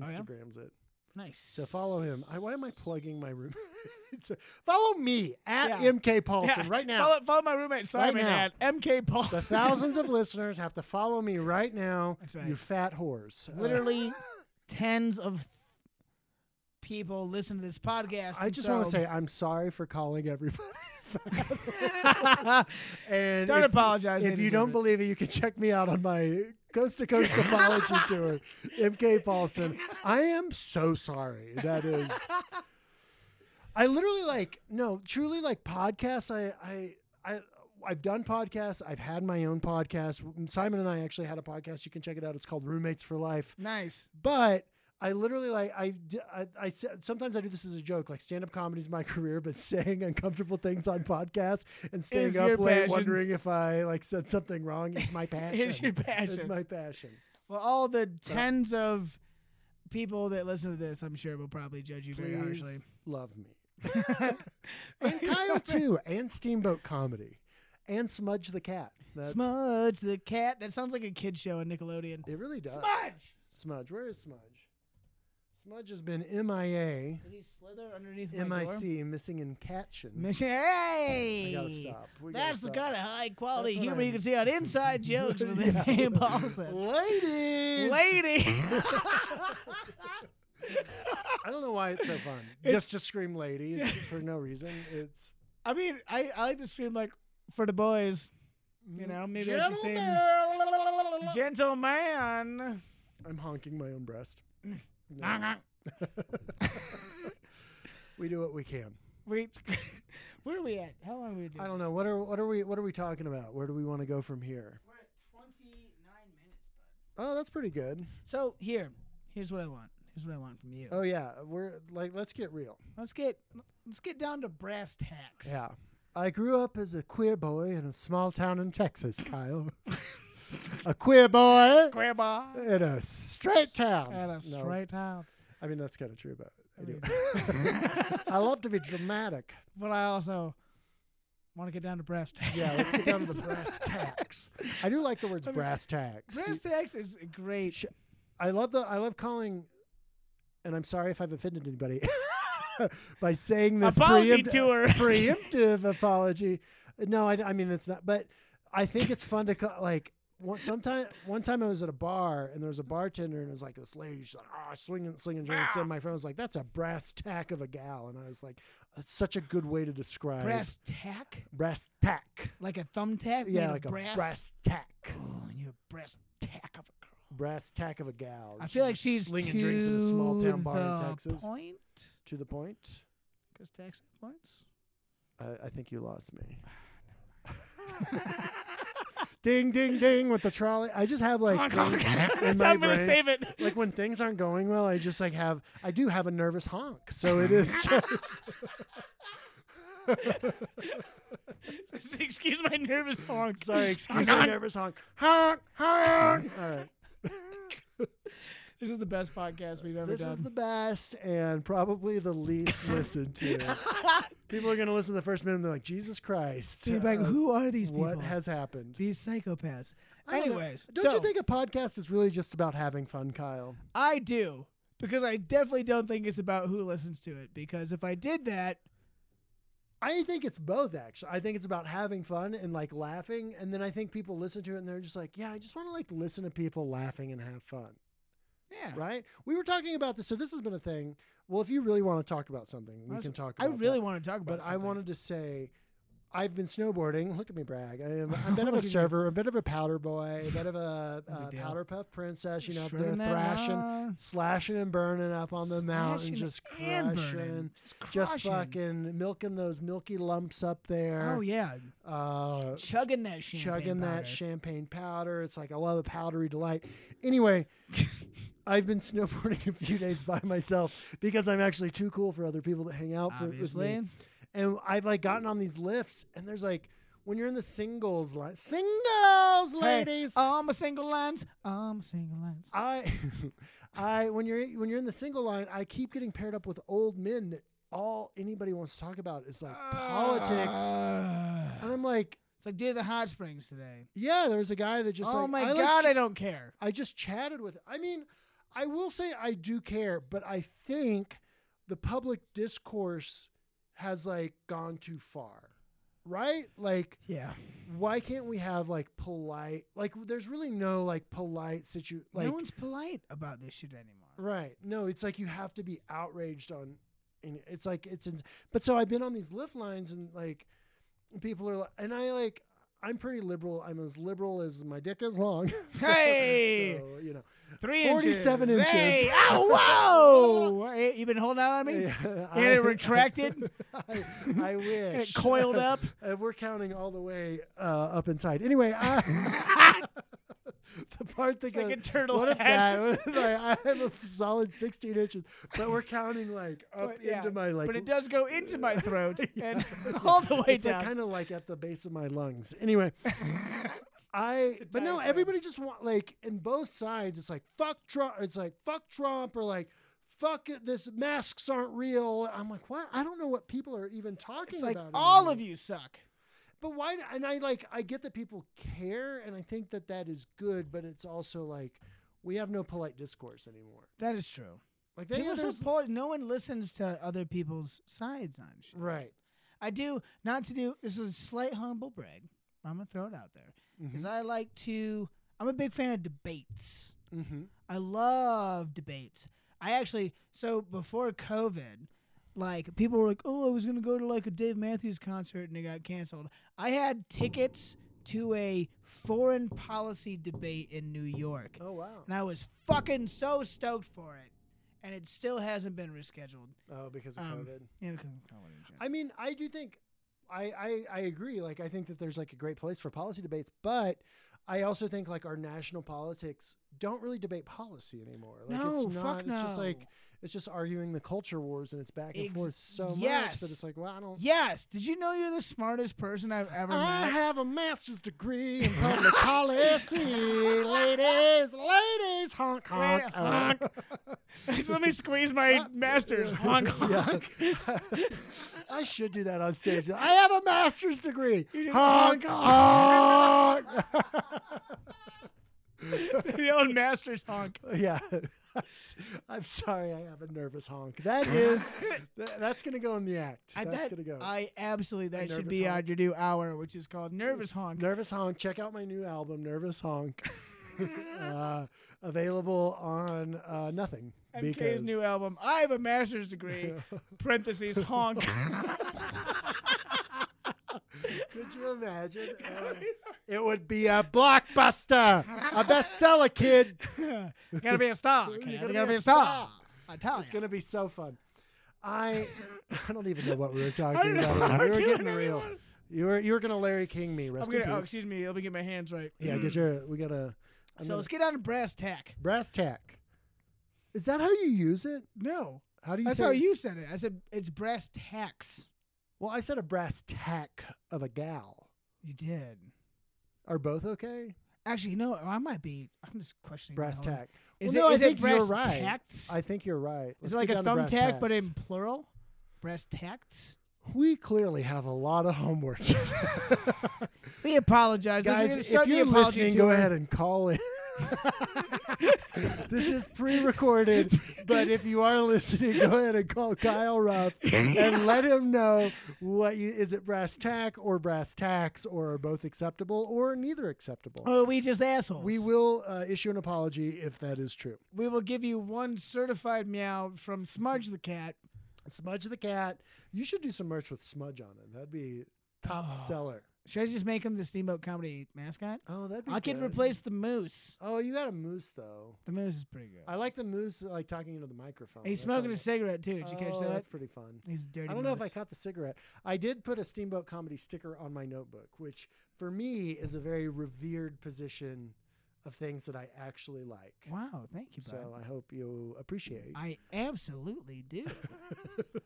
S2: Oh, yeah?
S3: Instagrams it.
S2: nice.
S3: So follow him. I, why am I plugging my room? It's a- follow me at
S2: Yeah.
S3: MK Paulson
S2: Yeah,
S3: right now.
S2: Follow, follow my roommate Simon
S3: now.
S2: at MK Paul.
S3: The thousands of listeners have to follow me right now.
S2: That's right.
S3: You fat whores. Uh,
S2: literally tens of th- people listen to this podcast.
S3: I
S2: and
S3: just want to
S2: so-
S3: say I'm sorry for calling everybody.
S2: don't
S3: and if,
S2: apologize. they
S3: If you
S2: deserve
S3: don't
S2: it.
S3: believe it, you can check me out on my coast to coast apology tour, MK Paulson. I am so sorry. That is, I literally like no, truly like podcasts. I I I. I've done podcasts. I've had my own podcast. Simon and I actually had a podcast. You can check it out. It's called Roommates for Life.
S2: nice.
S3: but I literally like I, d- I, I sa- sometimes I do this as a joke. Like stand up comedy is my career, but saying uncomfortable things on podcasts and staying
S2: Is your
S3: up late
S2: passion.
S3: wondering if I like said something wrong is my passion.
S2: Is your
S3: It's
S2: passion.
S3: my passion.
S2: Well, all the tens of people that listen to this, I'm sure, will probably judge you very harshly.
S3: Please love me. and Kyle too, and Steamboat Comedy, and Smudge the Cat. That's,
S2: Smudge the cat. That sounds like a kid show on Nickelodeon.
S3: it really does.
S2: Smudge.
S3: Smudge, where is Smudge? Smudge has been MIA,
S2: Did he slither underneath my door?
S3: MIC, missing in catching.
S2: Mission. Hey.
S3: I gotta stop. We gotta
S2: That's the
S3: stop.
S2: kind of high quality
S3: That's what
S2: humor
S3: I-
S2: you can see on Inside Jokes with
S3: Yeah.
S2: Ian Paulson.
S3: Ladies,
S2: Lady.
S3: I don't know why it's so fun. just to scream ladies for no reason. It's
S2: I mean, I, I like to scream like for the boys. You know, maybe that's the same.
S3: Gentlemen.
S2: Gentleman.
S3: I'm honking my own breast. No.
S2: Wait,
S3: we do what we can.
S2: where are we at? How long are we doing?
S3: I don't know. What are what are we what are we talking about? Where do we want to go from here?
S2: We're at 29 minutes, bud.
S3: Oh, that's pretty good.
S2: So here, here's what I want. Here's what I want from you.
S3: Oh yeah, we're like let's get real.
S2: Let's get let's get down to brass tacks.
S3: Yeah. I grew up as a queer boy in a small town in Texas, Kyle. a queer boy
S2: Grandma.
S3: in a straight town.
S2: At a
S3: Um, No,
S2: straight out.
S3: I mean, that's kind of true, but I,
S2: I
S3: do.
S2: mean-
S3: I love to be dramatic.
S2: But I also want to get down to brass tacks.
S3: Yeah, let's get down to the brass tacks. I do like the words
S2: I mean,
S3: brass tacks.
S2: brass tacks is a great.
S3: Sh- I love the. I love calling, and I'm sorry if I've offended anybody by saying this
S2: Apology
S3: preempt-
S2: tour.
S3: preemptive apology. No, I, I mean that's not. But I think it's fun to call like. One, sometime, one time I was at a bar and there was a bartender and it was like this lady, she's like, oh, swinging, slinging drinks. And my friend was like, that's a brass tack of a gal. And I was like, that's such a good way to describe
S2: brass tack,
S3: brass tack.
S2: like a thumbtack. made
S3: Yeah,
S2: of
S3: like a
S2: brass.
S3: brass tack.
S2: Oh, and you're a brass tack of a girl.
S3: brass tack of a gal.
S2: I feel like
S3: just
S2: she's
S3: Oh, slinging
S2: to
S3: drinks in a small town bar
S2: the
S3: in Texas.
S2: Point,
S3: To the point,
S2: because Texas points.
S3: I, I think you lost me. ding, ding, ding with the trolley. I just have like things in my
S2: I'm gonna
S3: brain.
S2: save it.
S3: Like when things aren't going well, I just like have I do have a nervous honk. So it is. Just,
S2: Excuse my nervous honk.
S3: sorry, excuse my nervous honk. Honk, honk. All right.
S2: This is the best podcast we've ever
S3: This
S2: done.
S3: is the best and probably the least listened to. People are going to listen to the first minute and they're like, Jesus Christ.
S2: So you're like,
S3: uh,
S2: who are these people?
S3: what has happened?
S2: these psychopaths?
S3: I don't know.
S2: Anyways,
S3: don't
S2: so-
S3: you think a podcast is really just about having fun, Kyle?
S2: I do because I definitely don't think it's about who listens to it. Because if I did that,
S3: I think it's both. Actually, I think it's about having fun and like laughing, and then I think people listen to it and they're just like, "Yeah, I just want to like listen to people laughing and have fun."
S2: Yeah.
S3: right? We were talking about this, so this has been a thing. Well, if you really want to talk about something, we
S2: That's-
S3: can talk.
S2: I
S3: About
S2: really
S3: that.
S2: want to talk about
S3: but I
S2: something.
S3: wanted to say, I've been snowboarding. Look at me brag. I am a bit
S2: Look at
S3: of a
S2: you.
S3: surfer, a bit of a powder boy, a bit of a
S2: No big
S3: uh,
S2: deal.
S3: powder puff princess. You know, up there
S2: Shredding that
S3: thrashing,
S2: line.
S3: slashing and burning up on the mountain,
S2: Slashing
S3: just
S2: and burning.
S3: crushing,
S2: Just
S3: just
S2: crushing.
S3: fucking milking those milky lumps up there.
S2: Oh yeah,
S3: Uh,
S2: chugging that champagne.
S3: chugging
S2: powder.
S3: that champagne powder. It's like I love a powdery delight. Anyway, I've been snowboarding a few days by myself because I'm actually too cool for other people to hang out for- with
S2: Obviously.
S3: me. And I've like gotten on these lifts, and there's like when you're in the singles line, singles
S2: Hey, uh,
S3: ladies.
S2: all my single lines. All my single lines.
S3: I, I when you're when you're in the single line, I keep getting paired up with old men that all anybody wants to talk about is like politics,
S2: Ah.
S3: and I'm like.
S2: It's like Dear the Hot Springs today.
S3: Yeah, there was a guy that just
S2: oh
S3: like,
S2: my
S3: I like
S2: god,
S3: J-
S2: I don't care.
S3: I just chatted with. I mean, I will say I do care, but I think the public discourse has like gone too far, right? Like,
S2: Yeah.
S3: why can't we have like polite? Like, there's really no like polite situ. Like,
S2: no one's polite about this shit anymore.
S3: right? No, it's like you have to be outraged on. And it's like it's. Ins- but so I've been on these lift lines and like people are like, and I like. I'm pretty liberal. I'm as liberal as my dick is long. So-
S2: Hey!
S3: so, you know.
S2: Three
S3: 47
S2: inches.
S3: inches.
S2: Hey, ow, whoa! Hey, you been holding out on me?
S3: Yeah,
S2: And it retracted?
S3: I, I
S2: And it
S3: wish.
S2: coiled up?
S3: And we're counting all the way uh, up inside. Anyway, I, the part that
S2: Like
S3: goes,
S2: a turtle
S3: What if
S2: head.
S3: that? What if I, I have a solid 16 inches, but we're counting like up
S2: But, yeah,
S3: into my like.
S2: but it does go into my throat and all the way
S3: it's
S2: down.
S3: like kind of like at the base of my lungs. Anyway. I but no,
S2: diaphragm.
S3: everybody just want like in both sides. It's like fuck Trump. It's like fuck Trump or like fuck it, this masks aren't real. I'm like what? I don't know what people are even talking
S2: it's like
S3: about.
S2: all
S3: anymore.
S2: of you suck.
S3: But why? d- And I like I get that people care, and I think that that is good. But it's also like we have no polite discourse anymore.
S2: That is true.
S3: Like they
S2: People are so
S3: others,
S2: polite. No one listens to other people's sides on shit.
S3: right.
S2: I do not to do. This is a slight humble brag. I'm gonna throw it out there because I like to. I'm a big fan of debates.
S3: Mm-hmm.
S2: I love debates. I actually so before COVID, like people were like, "Oh, I was gonna go to like a Dave Matthews concert and it got canceled." I had tickets to a foreign policy debate in New York,
S3: Oh wow.
S2: and I was fucking so stoked for it, and it still hasn't been rescheduled.
S3: Oh, because of
S2: Um,
S3: COVID.
S2: Yeah, because of COVID and shit.
S3: I mean, I do think I, I I agree. Like I think that there's like a great place for policy debates, but I also think like our national politics don't really debate policy anymore. Like
S2: No,
S3: it's not
S2: fuck
S3: it's just
S2: no.
S3: like it's just arguing the culture wars and it's back and
S2: Ex-
S3: forth so much
S2: yes.
S3: that it's like, well, I don't
S2: Yes. Did you know you're the smartest person I've ever
S3: I
S2: met?
S3: have a master's degree in public policy, ladies, ladies, honk honk.
S2: Wait,
S3: Oh.
S2: So Let me squeeze my master's. Honk
S3: Yeah.
S2: honk.
S3: I should do that on stage. I have a master's degree.
S2: You just
S3: Honk, honk.
S2: the old master's honk.
S3: yeah. I'm sorry, I have a nervous honk. That is, th- that's going to go in the act.
S2: I,
S3: that's
S2: that,
S3: going to go.
S2: I absolutely that should
S3: nervous
S2: be
S3: honk.
S2: on your new hour, which is called Nervous Honk.
S3: nervous honk. Check out my new album, Nervous Honk. uh, available on uh, nothing.
S2: MK's new album. I have a master's degree. parentheses honk.
S3: Could you imagine? Uh, it would be a blockbuster, a bestseller, kid.
S2: gotta be a star.
S3: You're
S2: kid.
S3: gonna
S2: gotta
S3: be
S2: be
S3: a
S2: a star.
S3: star.
S2: I tell
S3: It's
S2: ya.
S3: going to be so fun. I I don't even know what we were talking
S2: I don't know what
S3: about. We
S2: we're
S3: were
S2: doing
S3: getting real.
S2: anymore.
S3: You were you were going to Larry King me. Rest
S2: I'm gonna.
S3: in peace.
S2: Oh, excuse me. Let me get my hands right.
S3: Yeah, because you're we got to
S2: So let's get on to brass tack.
S3: brass tack. Is that how you use it?
S2: No,
S3: How do you
S2: that's
S3: say
S2: how
S3: it?
S2: you said it. I said it's brass tacks.
S3: Well, I said a brass tack of a gal.
S2: You did.
S3: Are both okay?
S2: Actually, no, I might be. I'm just questioning. my
S3: Brass
S2: own-
S3: tack.
S2: Is
S3: well,
S2: it-
S3: no,
S2: is it
S3: I think you're
S2: brass
S3: right.
S2: tacks?
S3: I think you're right.
S2: Is
S3: Let's
S2: it like
S3: get
S2: a
S3: down to brass
S2: thumbtack, but
S3: tacks.
S2: in plural? Brass tacks.
S3: we clearly have a lot of homework.
S2: We apologize. This is
S3: Guys,
S2: gonna
S3: if
S2: start the
S3: you're
S2: apology
S3: listening, go
S2: tour.
S3: ahead and call in. This is pre-recorded, but if you are listening, go ahead and call Kyle Ruff and let him know what you, is it brass tack or brass tacks or are both acceptable or neither acceptable.
S2: Or are Oh, we just assholes?
S3: We will uh, issue an apology if that is true.
S2: we will give you one certified meow from Smudge the cat.
S3: Smudge the cat. You should do some merch with smudge on it. That'd be top
S2: Oh.
S3: seller.
S2: Should I just make him the Steamboat Comedy mascot?
S3: Oh, that'd be.
S2: I could
S3: good.
S2: replace the moose.
S3: Oh, you got a moose though.
S2: The moose is pretty good.
S3: I like the moose like talking into the microphone.
S2: He's
S3: That's
S2: smoking
S3: all-
S2: a cigarette too. Did you catch
S3: Oh,
S2: that?
S3: That's pretty fun.
S2: He's a dirty.
S3: I don't know if I
S2: moose.
S3: caught the cigarette. I did put a Steamboat Comedy sticker on my notebook, which for me is a very revered position of things that I actually like.
S2: Wow, thank you, bud.
S3: So I hope you appreciate
S2: I absolutely do.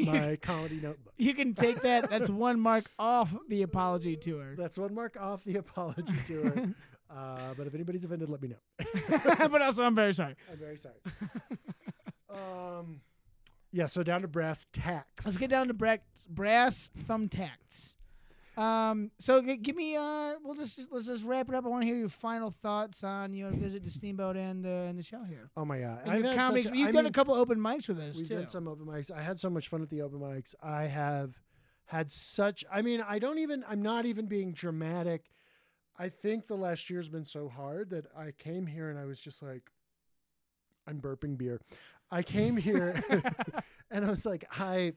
S3: my comedy notebook.
S2: you can take that. That's one mark off the apology tour.
S3: That's one mark off the apology tour. Uh, but if anybody's offended, let me know.
S2: but also, I'm very sorry.
S3: I'm very sorry. um, yeah, so down to brass tacks.
S2: Let's get down to brass, brass thumbtacks. Um, so g- give me. Uh, we'll just let's just wrap it up. I want to hear your final thoughts on your visit to Steamboat and the and the show here.
S3: oh my god!
S2: And
S3: I've
S2: your
S3: had
S2: comics.
S3: such
S2: you've
S3: I
S2: done a
S3: mean,
S2: couple open mics with us
S3: We've
S2: too.
S3: done some open mics. I had so much fun at the open mics. I have had such. I mean, I don't even. I'm not even being dramatic. I think the last year's been so hard that I came here and I was just like, I'm burping beer. I came here and I was like, I,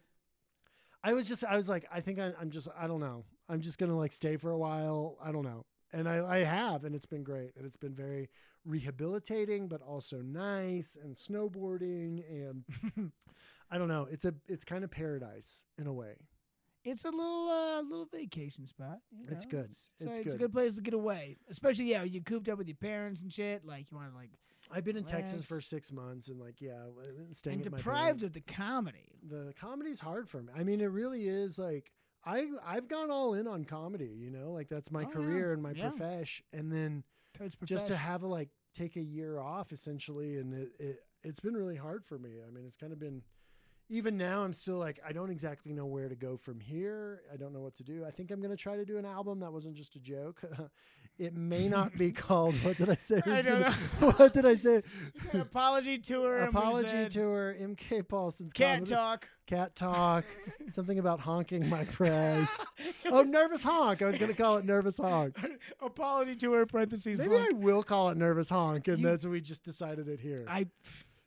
S3: I was just, I was like, I think I, I'm just, I don't know. I'm just gonna like stay for a while. I don't know. And I, I have, and it's been great, and it's been very rehabilitating, but also nice and snowboarding, and I don't know. It's a, it's kind of paradise in a way.
S2: it's a little uh, little vacation spot. you
S3: It's
S2: know?
S3: good.
S2: It's,
S3: It's
S2: a, it's a
S3: good.
S2: good place to get away, especially yeah. You cooped up with your parents and shit. Like you want to like
S3: I've been in Texas
S2: Relax.
S3: for six months, and like, yeah, uh, staying
S2: and
S3: at my
S2: deprived
S3: parents'.
S2: of the comedy.
S3: the comedy's hard for me. I mean, it really is like I I've gone all in on comedy, you know, like that's my
S2: Oh, yeah.
S3: career and my
S2: Yeah.
S3: profesh. And then
S2: Toads
S3: just to
S2: profession.
S3: have a, like take a year off essentially, and it, it it's been really hard for me. I mean, it's kind of been even now I'm still like I don't exactly know where to go from here. I don't know what to do. I think I'm gonna try to do an album that wasn't just a joke. it may not be called. What did I say? it
S2: I
S3: was
S2: don't
S3: gonna-
S2: know.
S3: what did I say?
S2: apology tour. and we
S3: Apology
S2: said,
S3: tour. MK Paulson's
S2: Can't
S3: comedy-
S2: talk.
S3: cat talk, something about honking my press. oh, nervous honk. I was going to call it nervous honk.
S2: Apology tour. Parentheses.
S3: Maybe
S2: honk.
S3: I will call it nervous honk, and
S2: You-
S3: that's we just decided it here.
S2: I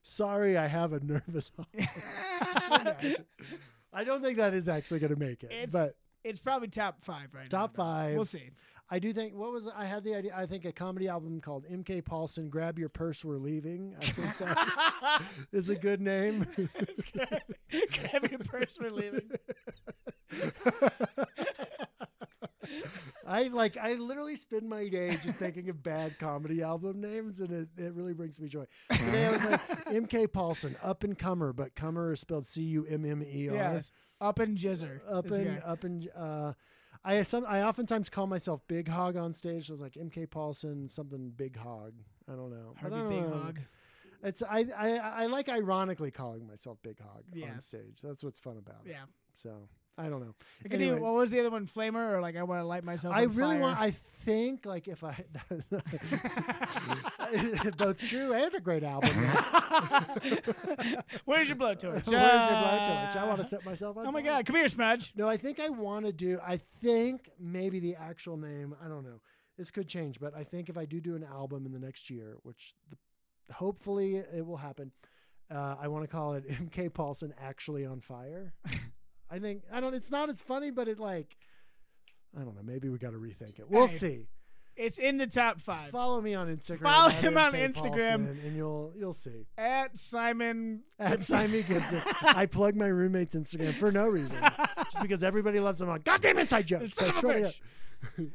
S3: Sorry, I have a nervous honk. I don't think that is actually going to make it,
S2: It's-
S3: but
S2: it's probably top five right now.
S3: Top
S2: though.
S3: five.
S2: We'll see.
S3: I do think what was I had the idea. I think a comedy album called M.K. Paulson, "Grab Your Purse, We're Leaving." I think that is a good name.
S2: Grab your purse. We're leaving.
S3: I like I literally spend my day just thinking of bad comedy album names and it, it really brings me joy. Today I was like MK Paulson, up and comer, but comer is spelled C U M M E R.
S2: Yes. Up and jizzer.
S3: Up
S2: This
S3: and
S2: guy.
S3: up and uh I some I oftentimes call myself Big Hog on stage. So it's like MK Paulson, something Big Hog. I don't know. But I
S2: Herbie Big
S3: don't know.
S2: Hog.
S3: It's I, I I like ironically calling myself Big Hog on
S2: Yes.
S3: stage. That's what's fun about it.
S2: Yeah.
S3: So I don't know.
S2: I could do-
S3: Anyway.
S2: what was the other one? Flamer or like I want to light myself.
S3: I
S2: on
S3: really
S2: fire.
S3: want. I think like if I both true and a great album.
S2: Where's your blowtorch?
S3: Where's your blowtorch? I want to
S2: Uh,
S3: set myself on.
S2: Oh my
S3: fire.
S2: god! Come here, Smudge.
S3: No, I think I want to do. I think maybe the actual name. I don't know. This could change, but I think if I do do an album in the next year, which the, hopefully it will happen, uh, I want to call it MK Paulson actually on fire. I think I don't. It's not as funny, but it like. I don't know. Maybe we got to rethink it. We'll
S2: Hey.
S3: see.
S2: It's in the top five.
S3: Follow me on Instagram.
S2: Follow
S3: at
S2: him on
S3: MK
S2: Instagram.
S3: Paulson, and you'll you'll see.
S2: At Simon.
S3: At Simon Gibson. I plug my roommate's Instagram for no reason, just because everybody loves them on goddamn inside jokes.
S2: Son
S3: I
S2: of a
S3: swear to God.
S2: bitch.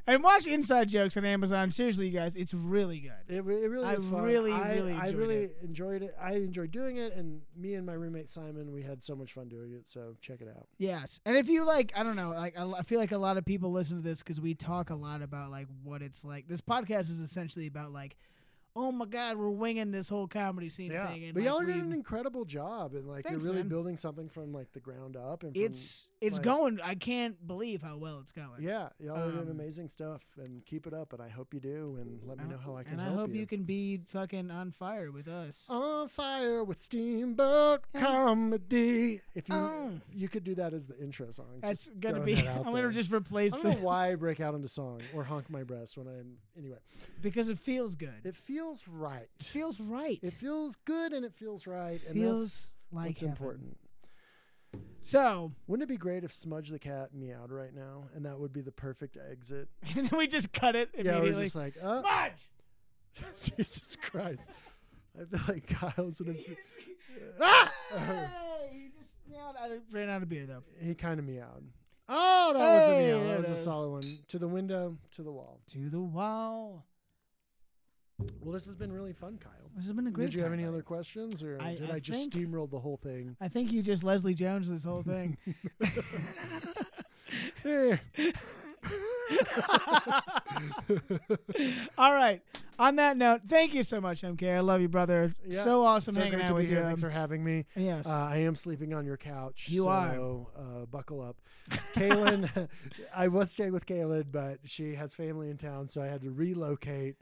S2: And watch Inside Jokes on Amazon. Seriously, you guys, it's really good.
S3: It, it really
S2: I
S3: is fun.
S2: really,
S3: I,
S2: really
S3: I
S2: enjoyed
S3: really
S2: it.
S3: enjoyed it. I enjoyed doing it, and me and my roommate Simon, we had so much fun doing it. So check it out.
S2: Yes, and if you like, I don't know, like I I feel like a lot of people listen to this because we talk a lot about like what it's like. This podcast is essentially about like oh my god, we're winging this whole comedy scene
S3: yeah,
S2: thing. And
S3: but
S2: like,
S3: y'all are
S2: we-
S3: doing an incredible job, and like
S2: Thanks,
S3: you're really
S2: man.
S3: building something from like the ground up. And from-
S2: it's it's
S3: like-
S2: going. I can't believe how well it's going.
S3: yeah, y'all are doing
S2: um,
S3: amazing stuff, and keep it up. And I hope you do, and let me
S2: And
S3: know how I can
S2: and
S3: help
S2: I hope you. can be fucking on fire with us.
S3: on fire with Steamboat Comedy. If you
S2: Oh.
S3: you could do that as the intro song.
S2: That's
S3: just
S2: gonna
S3: throwing
S2: be.
S3: that out
S2: I'm gonna
S3: there.
S2: just replace
S3: I don't know
S2: the
S3: why I break out into song or honk my breast when I'm anyway.
S2: because it feels good. It
S3: It feels right.
S2: feels right.
S3: It feels good and it feels right, and that's
S2: feels like
S3: what's
S2: heaven.
S3: important.
S2: So
S3: Wouldn't it be great if Smudge the cat meowed right now, and that would be the perfect exit?
S2: and then we just cut it
S3: Yeah,
S2: immediately.
S3: we're just like, oh,
S2: Smudge.
S3: Jesus Christ! I feel like Kyle's in a.
S2: ah! He just meowed. I ran out of beer though.
S3: He kind of meowed. Oh, that was a
S2: Hey,
S3: meow.
S2: there
S3: That
S2: it
S3: was a
S2: is.
S3: solid one. To the window, to the wall.
S2: To the wall.
S3: Well, this has been really fun, Kyle.
S2: This has been a great.
S3: Did you have
S2: time,
S3: any
S2: buddy.
S3: other questions, or
S2: I-
S3: did I,
S2: I
S3: just
S2: think-
S3: steamroll the whole thing?
S2: I think you just Leslie Jones this whole thing.
S3: Eh.
S2: All right. On that note, thank you so much, MK. I love you, brother.
S3: Yeah.
S2: So awesome
S3: so
S2: hanging
S3: great
S2: out
S3: to be
S2: with
S3: here.
S2: you.
S3: Thanks for having me.
S2: yes.
S3: Uh, I am sleeping on your couch.
S2: You are.
S3: so, Uh, buckle up. Kaylin, I was staying with Kaylin, but she has family in town, so I had to relocate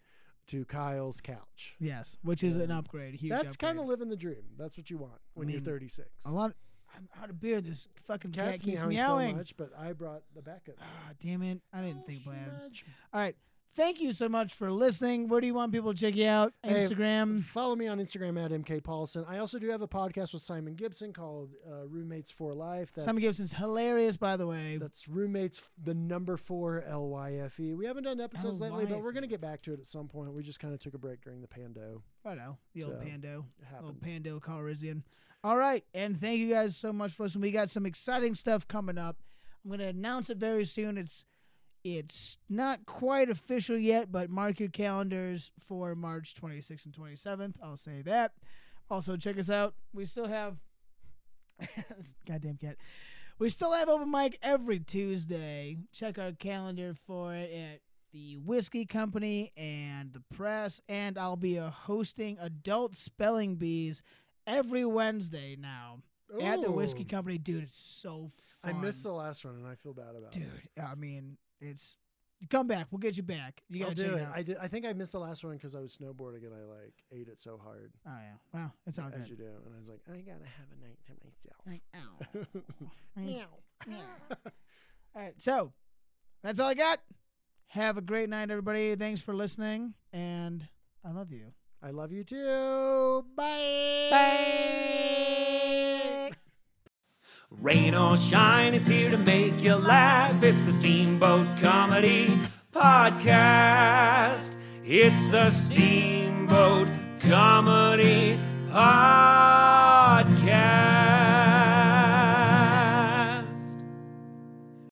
S3: to Kyle's couch.
S2: yes. Which is an upgrade. a Huge.
S3: That's kind
S2: upgrade.
S3: of living the dream. That's what you want when
S2: mean,
S3: you're 36.
S2: a lot. I'm out of beer. This fucking cat
S3: Cat's
S2: keeps
S3: meowing,
S2: meowing.
S3: so much, but I brought the backup.
S2: Ah, damn it! I didn't think about it.
S3: Smudge.
S2: All right. Thank you so much for listening. Where do you want people to check you out?
S3: Hey,
S2: Instagram.
S3: Follow me on Instagram at MK Paulson. I also do have a podcast with Simon Gibson called uh, Roommates for Life. That's
S2: Simon Gibson's hilarious, by the way.
S3: That's roommates, f- the number four L Y F E. We haven't done episodes lately, but we're gonna get back to it at some point. We just kind of took a break during the pando.
S2: I know the old
S3: So,
S2: Pando,
S3: It
S2: old
S3: happens.
S2: Pando Calrissian. All right, and thank you guys so much for listening. We got some exciting stuff coming up. I'm gonna announce it very soon. It's it's not quite official yet, but mark your calendars for March 26th and 27th. I'll say that. Also, check us out. We still have goddamn cat. We still have open mic every Tuesday. Check our calendar for it at the Whiskey Company and the Press, and I'll be uh, hosting adult spelling bees every Wednesday now at the Whiskey
S3: Ooh.
S2: Company. Dude, it's so
S3: Oh. I
S2: fun.
S3: missed the last one, and I feel bad about
S2: Dude,
S3: it.
S2: I mean, it's come back. We'll get you back. You
S3: I'll
S2: gotta
S3: do
S2: check
S3: it.
S2: it out.
S3: I did. I think I missed the last one because I was snowboarding and I like ate it so hard
S2: oh yeah, wow, that's all
S3: as
S2: good.
S3: you do, and I was like, I gotta have a night to myself.
S2: Like, ow. All right, so that's all I got. Have a great night, everybody. Thanks for listening, and I love you.
S3: I love you too. Bye.
S2: Bye.
S1: Rain or shine, it's here to make you laugh. It's the Steamboat Comedy Podcast. It's the Steamboat Comedy Podcast.